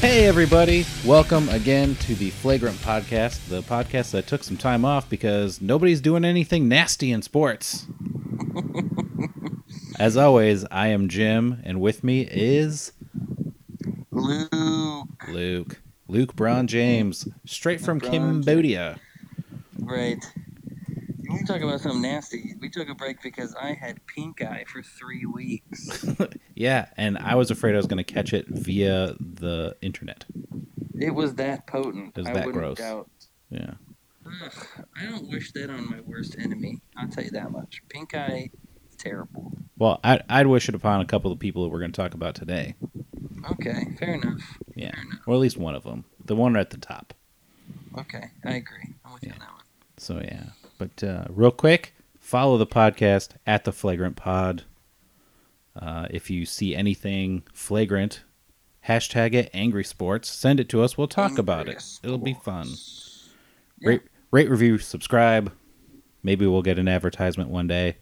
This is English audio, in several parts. Hey, everybody. Welcome again to the Flagrant Podcast, the podcast that took some time off because nobody's doing anything nasty in sports. As always, I am Jim, and with me is Luke, Luke. Luke Braun James, straight from Braun James. Cambodia. right? We talk about something nasty. We took a break because I had pink eye for three weeks. Yeah, and I was afraid I was going to catch it via the internet. It was that potent. It was I that wouldn't gross. doubt. Yeah. Ugh, I don't wish that on my worst enemy. I'll tell you that much. Pink eye, is terrible. Well, I'd, I'd wish it upon a couple of people that we're going to talk about today. Okay, fair enough. Yeah. Fair enough. Or at least one of them. The one at the top. Okay, I agree. I'm with you on that one. So yeah, but uh, real quick, follow the podcast at the Flagrant Pod. Uh, if you see anything flagrant, hashtag it Angry Sports. Send it to us. We'll talk about it. Fingers It'll be fun. crossed. Yeah. Rate, rate, review, subscribe. Maybe we'll get an advertisement one day.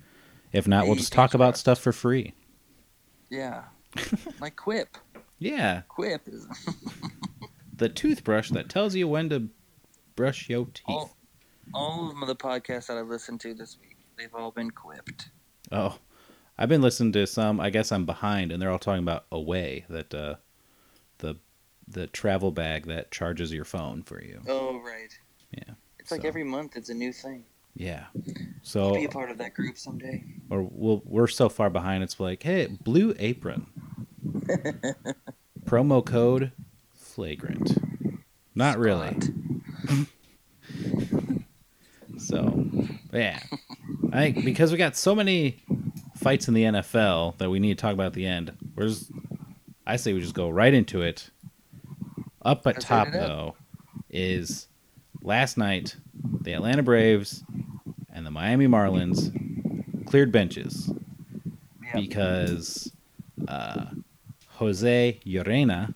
If not, we'll just Maybe. talk about stuff for free. Yeah. like Quip. Yeah, Quip is the toothbrush that tells you when to brush your teeth. Oh, all, all of the podcasts that I've listened to this week. They've all been quipped. I've been listening to some. I guess I'm behind, and they're all talking about away that uh, the the travel bag that charges your phone for you. Oh right. Yeah, It's like so- Oh. every month it's a new thing. Yeah. So Be a part of that group someday. or we'll, we're so far behind. It's like, hey, Blue Apron. Promo code flagrant. Not really. Spot. So, yeah. I think because we got so many fights in the NFL that we need to talk about at the end. We're just, I say we just go right into it. Up at Let's hit top it up. though is last night the Atlanta Braves and the Miami Marlins cleared benches Yeah. because uh, Jose Llorena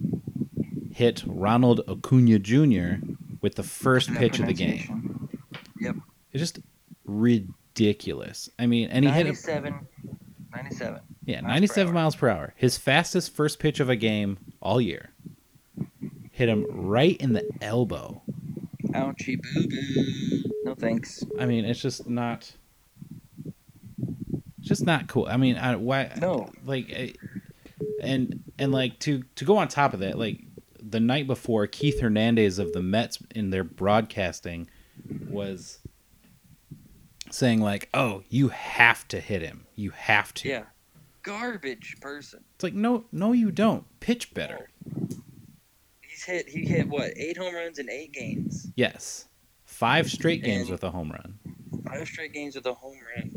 hit Ronald Acuna Jr. with the first That pitch of the game. pronunciation. It's just ridiculous. I mean, and he hit a 97. 97. yeah, per 97 hour. miles per hour. His fastest first pitch of a game all year. Hit him right in the elbow. Ouchie boo boo. No thanks. I mean, it's just not it's just not cool. I mean, I, why No. like I, and and like to to go on top of that, like the night before Keith Hernandez of the Mets in their broadcasting was saying like, "Oh, you have to hit him. You have to." Yeah. Garbage person. It's like, "No, no you don't. Pitch better." He's hit. He hit what? Eight home runs in eight games. Yes. 5 straight games And- with a home run. Five straight games with a home run.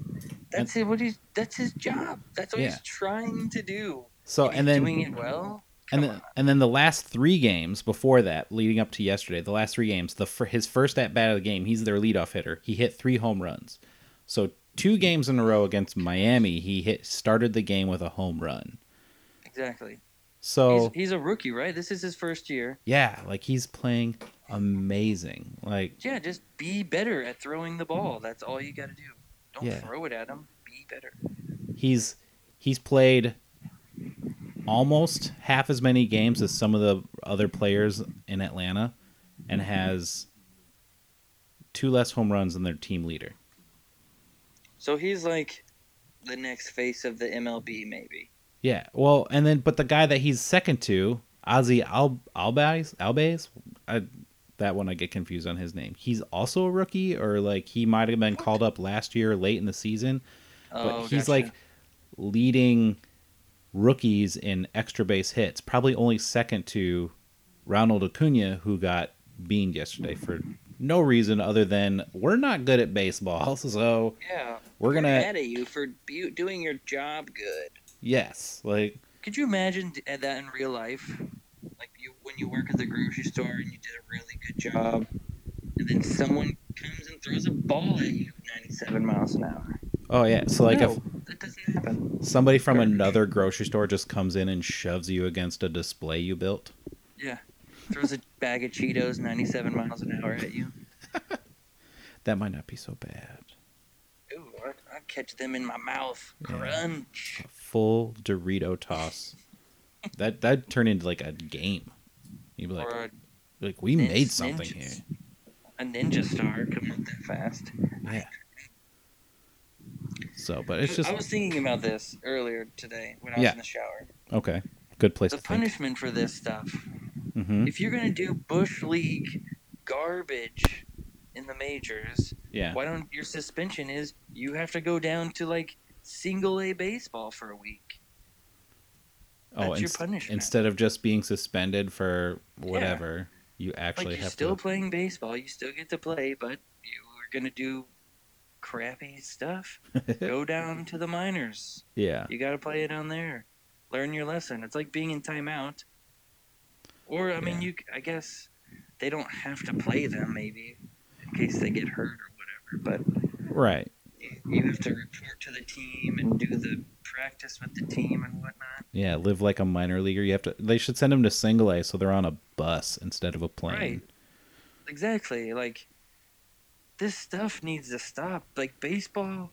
That's it. What he's. That's his job. That's what Yeah. he's trying to do. So, he's and then doing it well. and Come then, and then the last three games before that, leading up to yesterday, the last three games, the fir- his first at bat of the game, he's their leadoff hitter. He hit three home runs. So two games in a row against Miami, he hit started the game with a home run. Exactly. So He's, he's a rookie, right? This is his first year. yeah, like he's playing amazing. Like Yeah, just be better at throwing the ball. That's all you got to do. Don't Yeah. throw it at them. Be better. he's he's played almost half as many games as some of the other players in Atlanta, and has two less home runs than their team leader. So he's like the next face of the MLB, maybe. Yeah. Well, and then but the guy that he's second to, Ozzy Al Albes Albes, I, that one I get confused on his name. He's also a rookie, or like he might have been called up last year late in the season, but Oh, he's gotcha. like leading rookies in extra base hits, probably only second to Ronald Acuna, who got beaned yesterday for no reason other than we're not good at baseball, so yeah, we're gonna mad at you for bu- doing your job good. yes, like Could you imagine d- uh, that in real life? Like you, when you work at the grocery store and you did a really good job, and then someone comes and throws a ball at you 97 miles an hour. oh yeah, so like if No, that doesn't happen. Somebody from Garbage. another grocery store just comes in and shoves you against a display you built. Throws a bag of Cheetos 97 miles an hour at you. That might not be so bad. Ooh, I, I catch them in my mouth. Yeah. Crunch. A full Dorito toss. that that'd turn into like a game. You'd be like, or a, like we nin- made something here. ninjas. a ninja star coming up that fast. Yeah. So, but it's just I was thinking about this earlier today when I was Yeah. in the shower. okay. Good place The to think. punishment for this stuff. hmm If you're gonna do bush league garbage in the majors, Yeah. why don't your suspension is you have to go down to like single A baseball for a week? Oh, That's your inst- punishment. instead of just being suspended for whatever, you actually like you're have still to. playing baseball, you still get to play, but you are gonna do crappy stuff. go down to the minors. yeah. You got to play it on there. Learn your lesson. It's like being in timeout. Or I mean, Yeah. you. c- I guess they don't have to play them maybe in case they get hurt or whatever. But Right. y- you have to report to the team and do the practice with the team and whatnot. Yeah. Live like a minor leaguer. You have to. They should send them to single A, so they're on a bus instead of a plane. Right. Exactly. Like this stuff needs to stop. Like baseball,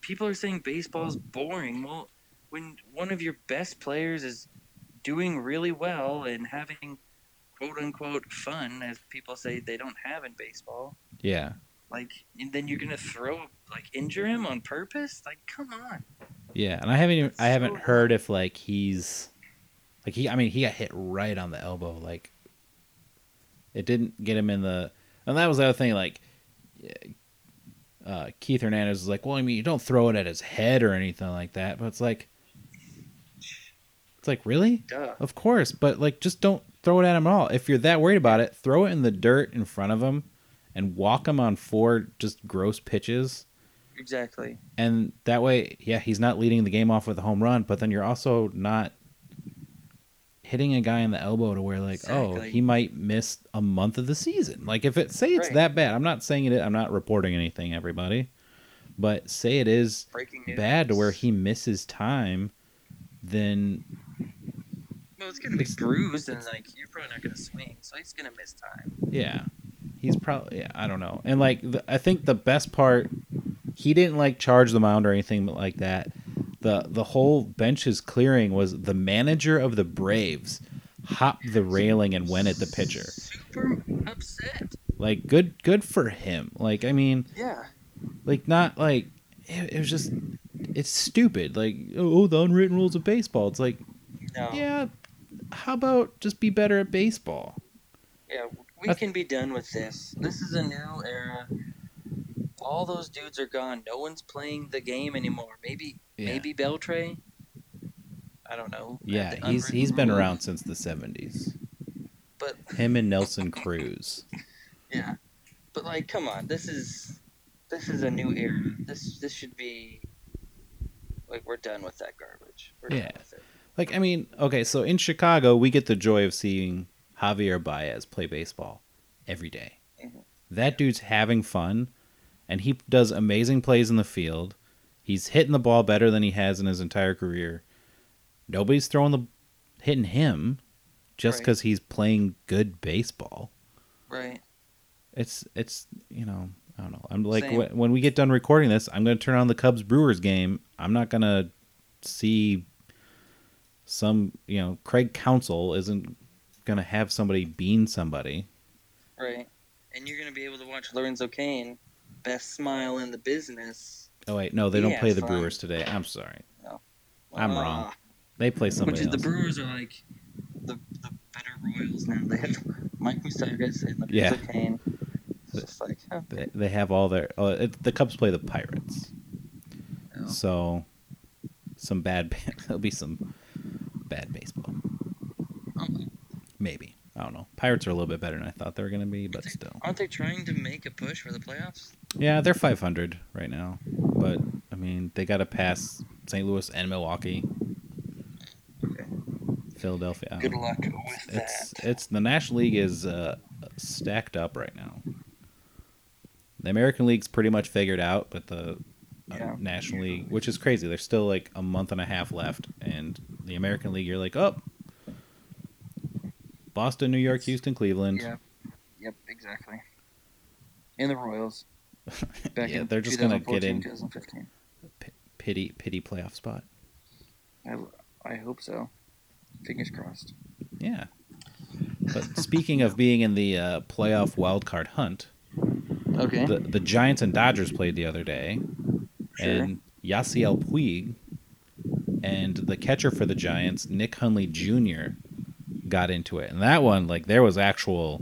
people are saying baseball's boring. Well, when one of your best players is doing really well and having quote unquote fun, as people say they don't have in baseball, Yeah. like and then you're gonna throw like injure him on purpose? Like come on. Yeah. And I haven't. Even, I So- haven't heard if like he's, like he. I mean, he got hit right on the elbow. Like, it didn't get him in the. And that was the other thing. Like, uh, Keith Hernandez is like, well, I mean, you don't throw it at his head or anything like that, but it's like, it's like really. Duh. Of course, but like, just don't throw it at him at all. If you're that worried about it, throw it in the dirt in front of him, and walk him on four just gross pitches, Exactly. and that way, yeah, he's not leading the game off with a home run, but then you're also not hitting a guy in the elbow to where like, oh, Exactly. he might miss a month of the season. Like, if it say it's Right. that bad, I'm not saying it. I'm not reporting anything, everybody, but say it is Breaking news. bad to where he misses time, then Well, it's gonna be bruised and like you're probably not gonna swing, so he's gonna miss time. Yeah, he's probably. Yeah, I don't know. And like, the, I think the best part, he didn't like charge the mound or anything like that. the The whole bench's clearing was the manager of the Braves hopped the railing and went at the pitcher. Super upset. Like, good, good for him. Like, I mean, Yeah. like not like it, it was just. It's stupid. Like, oh, the unwritten rules of baseball. It's like, No. Yeah. yeah, how about just be better at baseball? We can be done with this. This is a new era. All those dudes are gone. No one's playing the game anymore. Maybe Yeah. maybe Beltray. I don't know. Yeah, The he's unwritten he's been rules. around since the seventies. But Him and Nelson Cruz. yeah. But like come on, this is this is a new era. This this should be like we're done with that garbage. We're done Yeah. with it. Like, I mean, okay, so in Chicago, we get the joy of seeing Javier Baez play baseball every day. Mhm. That dude's having fun, and he does amazing plays in the field. He's hitting the ball better than he has in his entire career. Nobody's throwing the hitting him just Right. because he's playing good baseball. Right. It's it's you know I don't know. I'm like Same. when, when we get done recording this, I'm gonna turn on the Cubs Brewers game. I'm not gonna see some you know Craig Council isn't gonna have somebody bean somebody. Right. And you're gonna be able to watch Lorenzo Kane, best smile in the business. Oh wait, no, they Yeah, don't play the fine. Brewers today. I'm sorry, I'm Ah. wrong. they play somebody Which is the else. Brewers are like the, the better Royals now. They have Mike Moustakas and the Yeah. Kane. It's just like, huh, they, they have all their oh, it, the Cubs play the Pirates, no. so some bad there'll be some bad baseball Um, maybe. I don't know. Pirates are a little bit better than I thought they were going to be, but still. aren't they trying to make a push for the playoffs? Yeah, they're 500 right now, but I mean, they got to pass St. Louis and Milwaukee, Okay. Philadelphia. I Good don't know. luck with Oh, that. It's it's the National League is uh, stacked up right now. The American League's pretty much figured out, but the uh, Yeah. National League, which is crazy, there's still like a month and a half left, and the American League, you're like, oh, Boston, New York, Houston, Cleveland. yeah. Yep, exactly. And the Royals. Yeah, in they're just gonna get 2014, in. 2015. Pity, pity playoff spot. I, I hope so. Fingers crossed. Yeah. But speaking of being in the uh, playoff wildcard hunt, Okay. the, the Giants and Dodgers played the other day, Sure. and Yasiel Puig and the catcher for the Giants, Nick Hunley Jr., got into it. And that one, like, there was actual,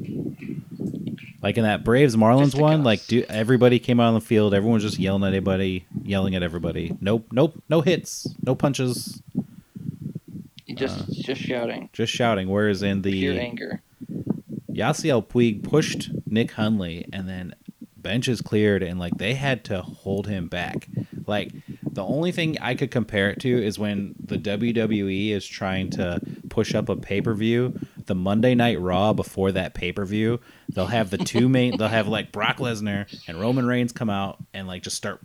like in that Braves Marlins one, Fisticuffs. like, do, everybody came out on the field, everyone was just yelling at everybody, yelling at everybody. Nope, nope, no hits, no punches, You just uh, just shouting. just shouting. Whereas in the Pure anger. Yasiel Puig pushed Nick Hunley, and then benches cleared, and like they had to hold him back. Like the only thing I could compare it to is when the WWE is trying to push up a pay per view. The Monday Night Raw before that pay per view, they'll have the two main. They'll have like Brock Lesnar and Roman Reigns come out and like just start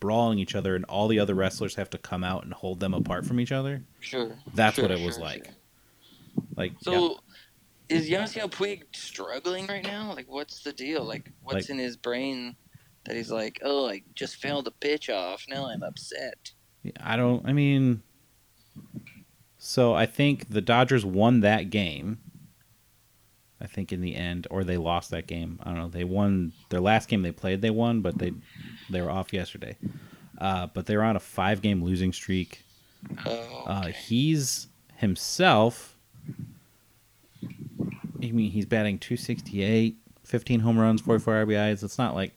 brawling each other, and all the other wrestlers have to come out and hold them apart from each other. Sure. That's sure, what it was sure, like. sure. Like yeah. So is Yasiel Puig struggling right now? Like what's the deal? Like what's Like- in his brain that he's like, Oh, I just failed a pitch off, now I'm upset. I don't. I mean, so I think the Dodgers won that game. I think in the end, or they lost that game. I don't know. They won their last game they played. They won, but they they were off yesterday. Uh, but they were on a five game losing streak. Oh Uh, okay. he's himself. I mean, he's batting 268, 15 home runs, 44 RBIs. It's not like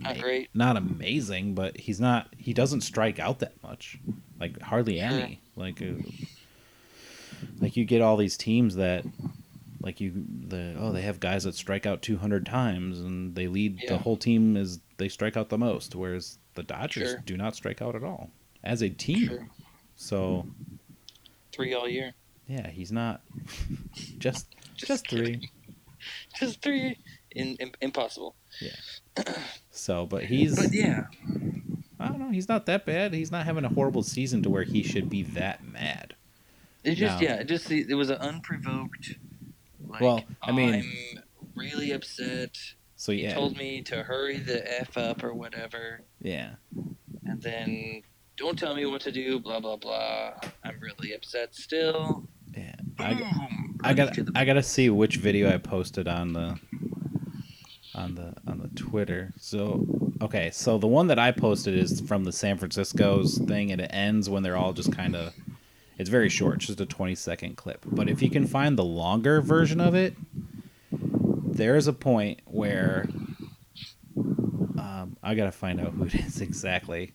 not great. not amazing, but he's not. He doesn't strike out that much, like hardly any. Like, uh, like you get all these teams that, like you, the oh they have guys that strike out two hundred times and they lead the Yeah. whole team is they strike out the most, whereas the Dodgers Sure. do not strike out at all as a team. Sure. So Three all year. yeah, he's not just Just just three. Just three in, im- impossible. So, but he's But yeah. I don't know. He's not that bad. He's not having a horrible season to where he should be that mad. It just No. yeah, it just it was an unprovoked. Like, Well, I mean- I'm really upset. So He yeah, told me to hurry the f up or whatever, yeah. and then don't tell me what to do. Blah blah blah. I'm really upset still. Yeah, I, Boom. I got Right to the- I gotta see which video I posted on the on the on the Twitter. So okay, so the one that I posted is from the San Francisco's thing, and it ends when they're all just kind of. It's very short, it's just a twenty second clip. But if you can find the longer version of it, there is a point where um, I gotta find out who it is exactly.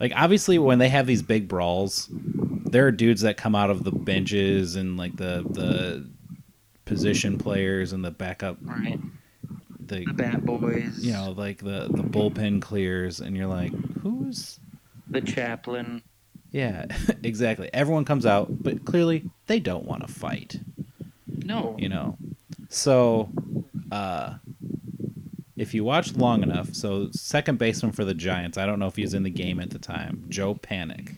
Like obviously, when they have these big brawls, there are dudes that come out of the benches and like the the position players and the backup right. the The Bat Boys. you know like the the bullpen clears and you're like who's The Chaplain. yeah exactly everyone comes out but clearly they don't want to fight No. you know so uh if you watch long enough so second baseman for the giants i don't know if he was in the game at the time joe panic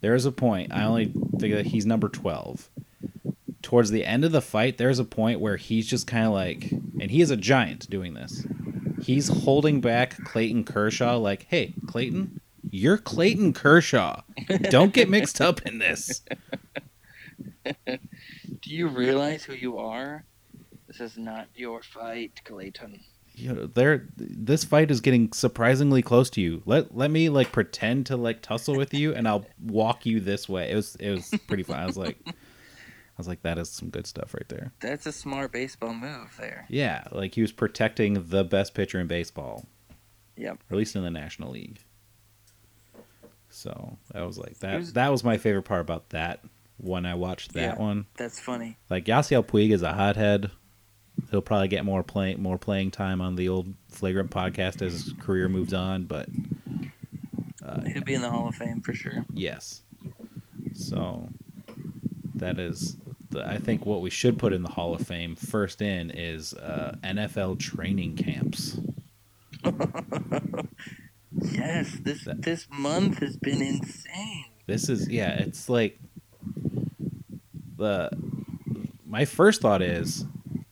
there's a point i only figure that he's number 12 towards the end of the fight there's a point where he's just kind of like and he is a giant doing this he's holding back clayton kershaw like hey clayton you're clayton kershaw don't get mixed up in this Do you realize who you are? This is not your fight, Clayton. you know, there this fight is getting surprisingly close to you. Let let me like pretend to like tussle with you and I'll walk you this way. It was it was pretty fun. I was like I was like that is some good stuff right there. That's a smart baseball move there. Yeah, like he was protecting the best pitcher in baseball. Yep. Or at least in the National League. So, I was like that Who's- that was my favorite part about that when I watched that Yeah. one. That's funny. Like Yasiel Puig is a hothead. He'll probably get more play more playing time on the old flagrant podcast as his career moves on, but Uh, He'll be in the Hall of Fame for sure. Yes. So that is, the, I think, what we should put in the Hall of Fame first in is uh, NFL training camps. Yes, this That- this month has been insane. This is, yeah, it's like the. My first thought is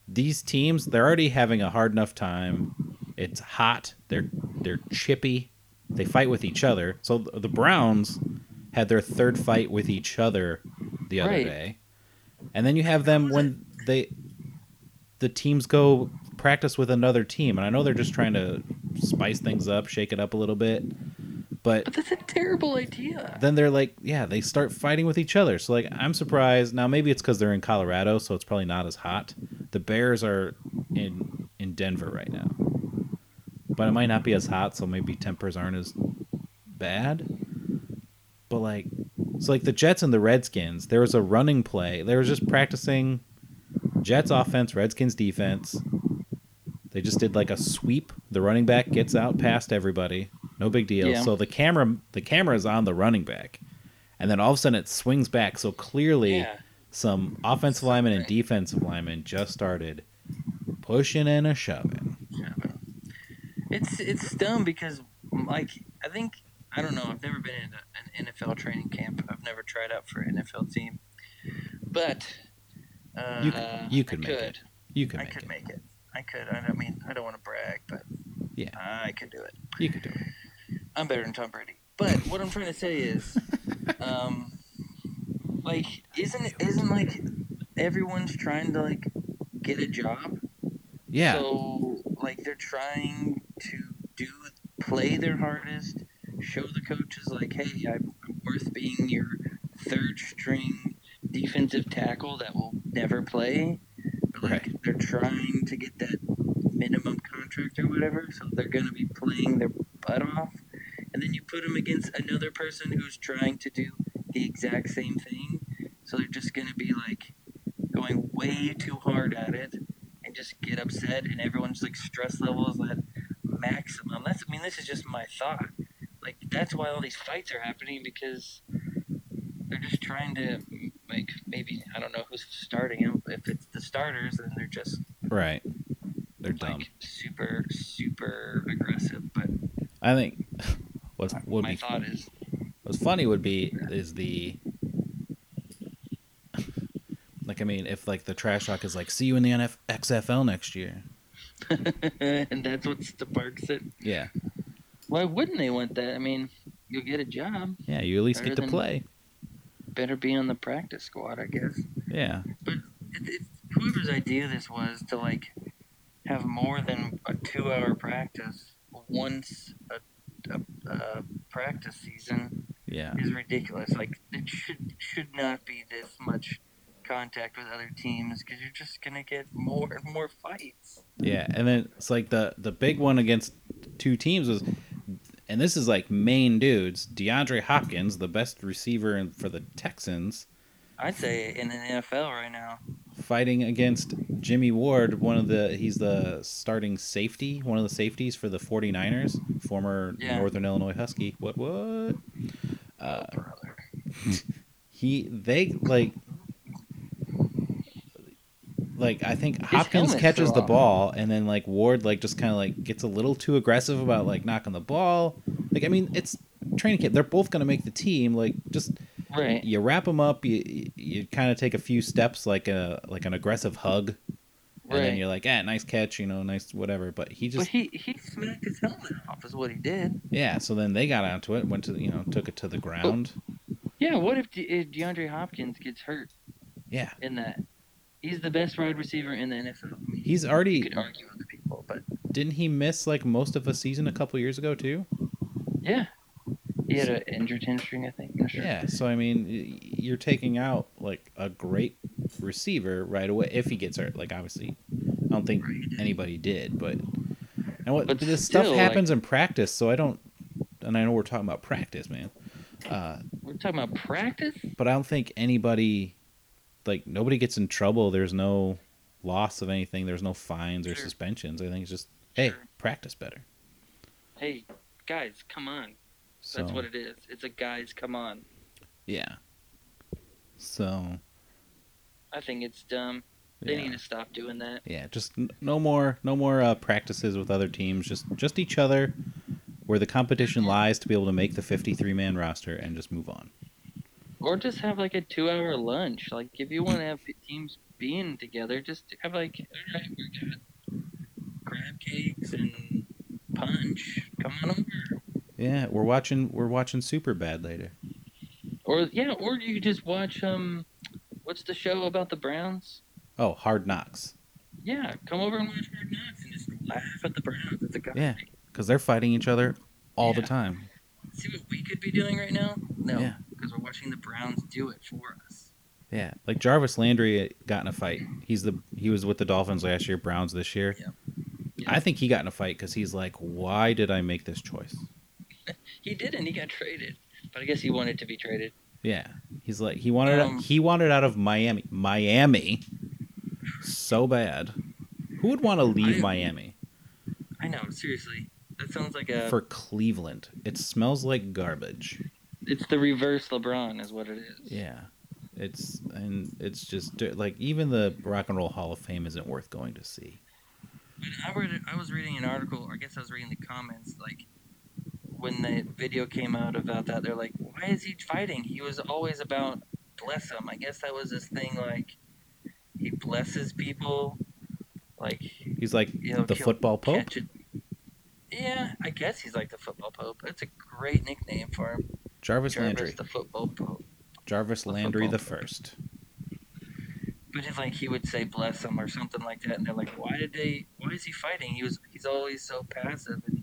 these teams they're already having a hard enough time. It's hot. They're they're chippy. They fight with each other. So th- the Browns had their third fight with each other the other Right. day. And then you have them when they the teams go practice with another team, and I know they're just trying to spice things up, shake it up a little bit, but But that's a terrible idea. then they're like, yeah, they start fighting with each other. So like, I'm surprised. Now maybe it's because they're in Colorado, so it's probably not as hot. The Bears are in in Denver right now, but it might not be as hot, so maybe tempers aren't as bad. But like, so like the Jets and the Redskins, there was a running play. They were just practicing Jets offense, Redskins defense. They just did like a sweep. The running back gets out past everybody. No big deal. Yeah. So the camera the camera is on the running back. And then all of a sudden it swings back. So clearly Yeah. some offensive linemen and defensive linemen just started pushing and a shoving. It's it's dumb because like I think I don't know. I've never been in a, an NFL training camp. I've never tried out for an NFL team, but uh, You c- you could I make it. You could I make could it. make it. I could. I don't mean I don't want to brag, but Yeah. I could do it. You could do it. I'm better than Tom Brady. But what I'm trying to say is, um, like, isn't isn't like everyone's trying to like get a job? Yeah. So like they're trying to do play their hardest, show the coaches like, hey, I'm worth being your third string defensive tackle that will never play. But, Like Right. they're trying to get that minimum contract or whatever, so they're gonna be playing their butt off. And then you put them against another person who's trying to do the exact same thing. So they're just gonna be like going way too hard at it and just get upset and everyone's like stress level is at maximum. That's I mean this is just my thought. Like that's why all these fights are happening because they're just trying to like maybe I don't know who's starting them. If it's the starters, then they're just right. They're like dumb. super super aggressive. But I think what's would my be thought is What's funny would be is the like I mean if like the trash talk is like see you in the NF- XFL next year. and that's what sparks it. Yeah. Why wouldn't they want that? I mean, you'll get a job. Yeah, you at least get to Better than- play. Better be on the practice squad, I guess. Yeah. it, it, whoever's idea this was to like have more than a two-hour practice once a, a, a practice season Yeah. is ridiculous. Like it should should not be this much contact with other teams because you're just gonna get more and more fights. Yeah, and then it's like the the big one against two teams was and this is like main dudes, DeAndre Hopkins, the best receiver in, for the Texans, I'd say in the NFL right now, fighting against Jimmy Ward, one of the he's the starting safety, one of the safeties for the 49ers, former Yeah. Northern Illinois Husky. What what? Uh, brother. he they like like I think Hopkins helmet's catches so the off. ball and then like Ward like just kind of like gets a little too aggressive about like knocking the ball. Like I mean, it's training camp. They're both going to make the team. Like just Right. you wrap them up, you you kind of take a few steps like a like an aggressive hug and then Right. you're like, "Ah, nice catch, you know, nice whatever." But he But just he, he smacked his helmet off is what he did. yeah, so then they got onto it, went to, you know, took it Oh. to the ground. Yeah, what if, De- if DeAndre Hopkins gets hurt Yeah. in that? He's the best wide receiver in the NFL. I mean, He's you already could argue with the people, but didn't he miss like most of a season a couple years ago too? yeah, he had an injured hamstring, I think. I'm not sure. Yeah, so I mean, y- you're taking out like a great receiver right away if he gets hurt. Like obviously, I don't think Right, he did. anybody did, but and what But this still, stuff like- happens in practice. So I don't, and I know we're talking about practice, man. Uh, We're talking about practice. but I don't think anybody, like nobody gets in trouble. There's no loss of anything. There's no fines or Sure. suspensions. I think it's just hey, Sure. practice better. Hey, guys, come on. So That's what it is. It's a guys, come on. yeah. So I think it's dumb. They yeah. need to stop doing that. Yeah, just n- no more, no more uh, practices with other teams. Just, just each other, where the competition lies to be able to make the fifty-three man roster and just move on. Or just have like a two-hour lunch. Like if you want to have teams being together, just have like, all right, we got crab cakes and punch. Come on over. Yeah, we're watching, we're watching Super Bad later. Or yeah, or you could just watch um What's the show about the Browns? Oh, Hard Knocks. Yeah, come over and watch Hard Knocks and just laugh at the Browns. At the guy. Yeah. Because they're fighting each other all the Yeah. time. See what we could be doing right now? No, Yeah. because we're watching the Browns do it for us. Yeah. Like Jarvis Landry got in a fight. He's the he was with the Dolphins last year, Browns this year. Yeah. Yeah. I think he got in a fight because he's like, why did I make this choice? He didn't. He got traded, but I guess he wanted to be traded. Yeah. He's like he wanted Um, he wanted out of Miami. Miami. So bad. Who would want to leave I- Miami I know. Seriously, that sounds like a. for Cleveland? It smells like garbage. it's the reverse LeBron, is what it is. Yeah. It's and it's just di- like even the Rock and Roll Hall of Fame isn't worth going to see. But I read, I was reading an article, or I guess I was reading the comments, like when the video came out about that, they're like, "Why is he fighting? He was always about bless him." I guess that was his thing, like he blesses people, like He's like you know, the kill- football pope. catch it. Yeah, I guess he's like the football pope. That's a great nickname for him, Jarvis, Jarvis, Landry. the football pope. Jarvis the Landry the football first. But it's like he would say bless him or something like that, and they're like, why did they? Why is he fighting? He was he's always so passive and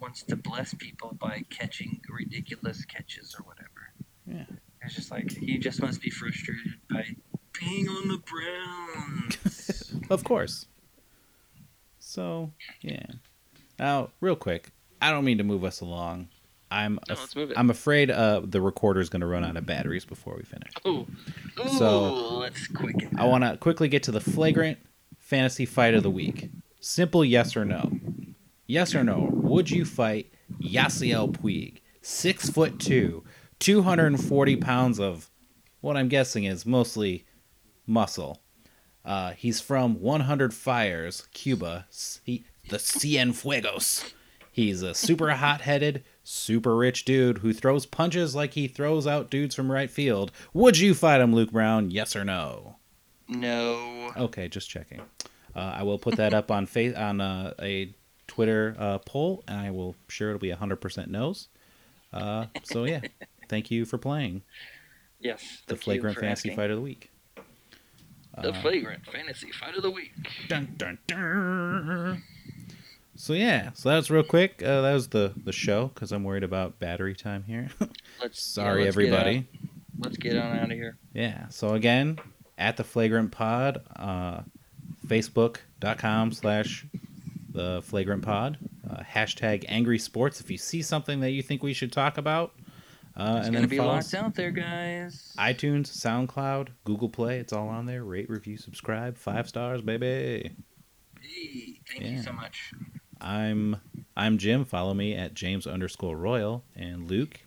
wants to bless people by catching ridiculous catches or whatever. Yeah. It's just like he just must be frustrated by being on the Browns. Of course. So yeah. Now, real quick, I don't mean to move us along. I'm No, af- let's move it. I'm afraid uh, the recorder's going to run out of batteries before we finish. Ooh, ooh, So- let's quicken. I want to quickly get to the flagrant fantasy fight of the week. Simple yes or no. Yes or no. Would you fight Yasiel Puig, six foot two, two hundred and forty pounds of what I'm guessing is mostly muscle. Uh, he's from 100 Fires, Cuba, S- he, the Cienfuegos. He's a super hot headed, super rich dude who throws punches like he throws out dudes from right field. Would you fight him, Luke Brown? Yes or no? No. Okay, just checking. Uh, I will put that up on fa- on uh, a Twitter uh, poll, and I will sure it'll be hundred percent no's. Uh, so yeah, thank you for playing Yes. the thank you flagrant for fantasy Uh-huh. asking. fight of the week. The flagrant fantasy fight of the week. Dun, dun, dun. So yeah, so that was real quick. Uh, that was the the show because I'm worried about battery time here. Let's. yeah, Sorry, let's get out- everybody. let's get on out of here. Yeah. So again, at the flagrant pod, uh, facebook.com slash the flagrant pod, uh, hashtag angry sports. If you see something that you think we should talk about, uh, and It's gonna then be follow us. lots out there, guys. iTunes, SoundCloud, Google Play. It's all on there. Rate, review, subscribe. Five stars, baby. Hey, thank Yeah. you so much. I'm I'm Jim. Follow me at James underscore Royal and Luke.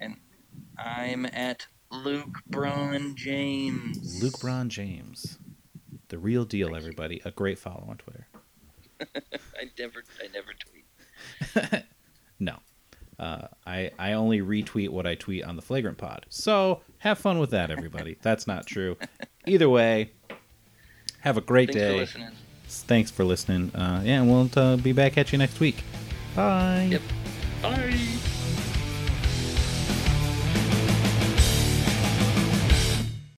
I'm at Luke Braun James. Luke Bron James, the real deal. Everybody, a great follow on Twitter. I never, I never tweet. No. Uh, I, I only retweet what I tweet on the Flagrant Pod. So have fun with that, everybody. That's not true. Either way, have a great Thanks for day. listening. Thanks for listening. Uh, yeah, and we'll uh, be back at you next week. Bye. Yep. Bye.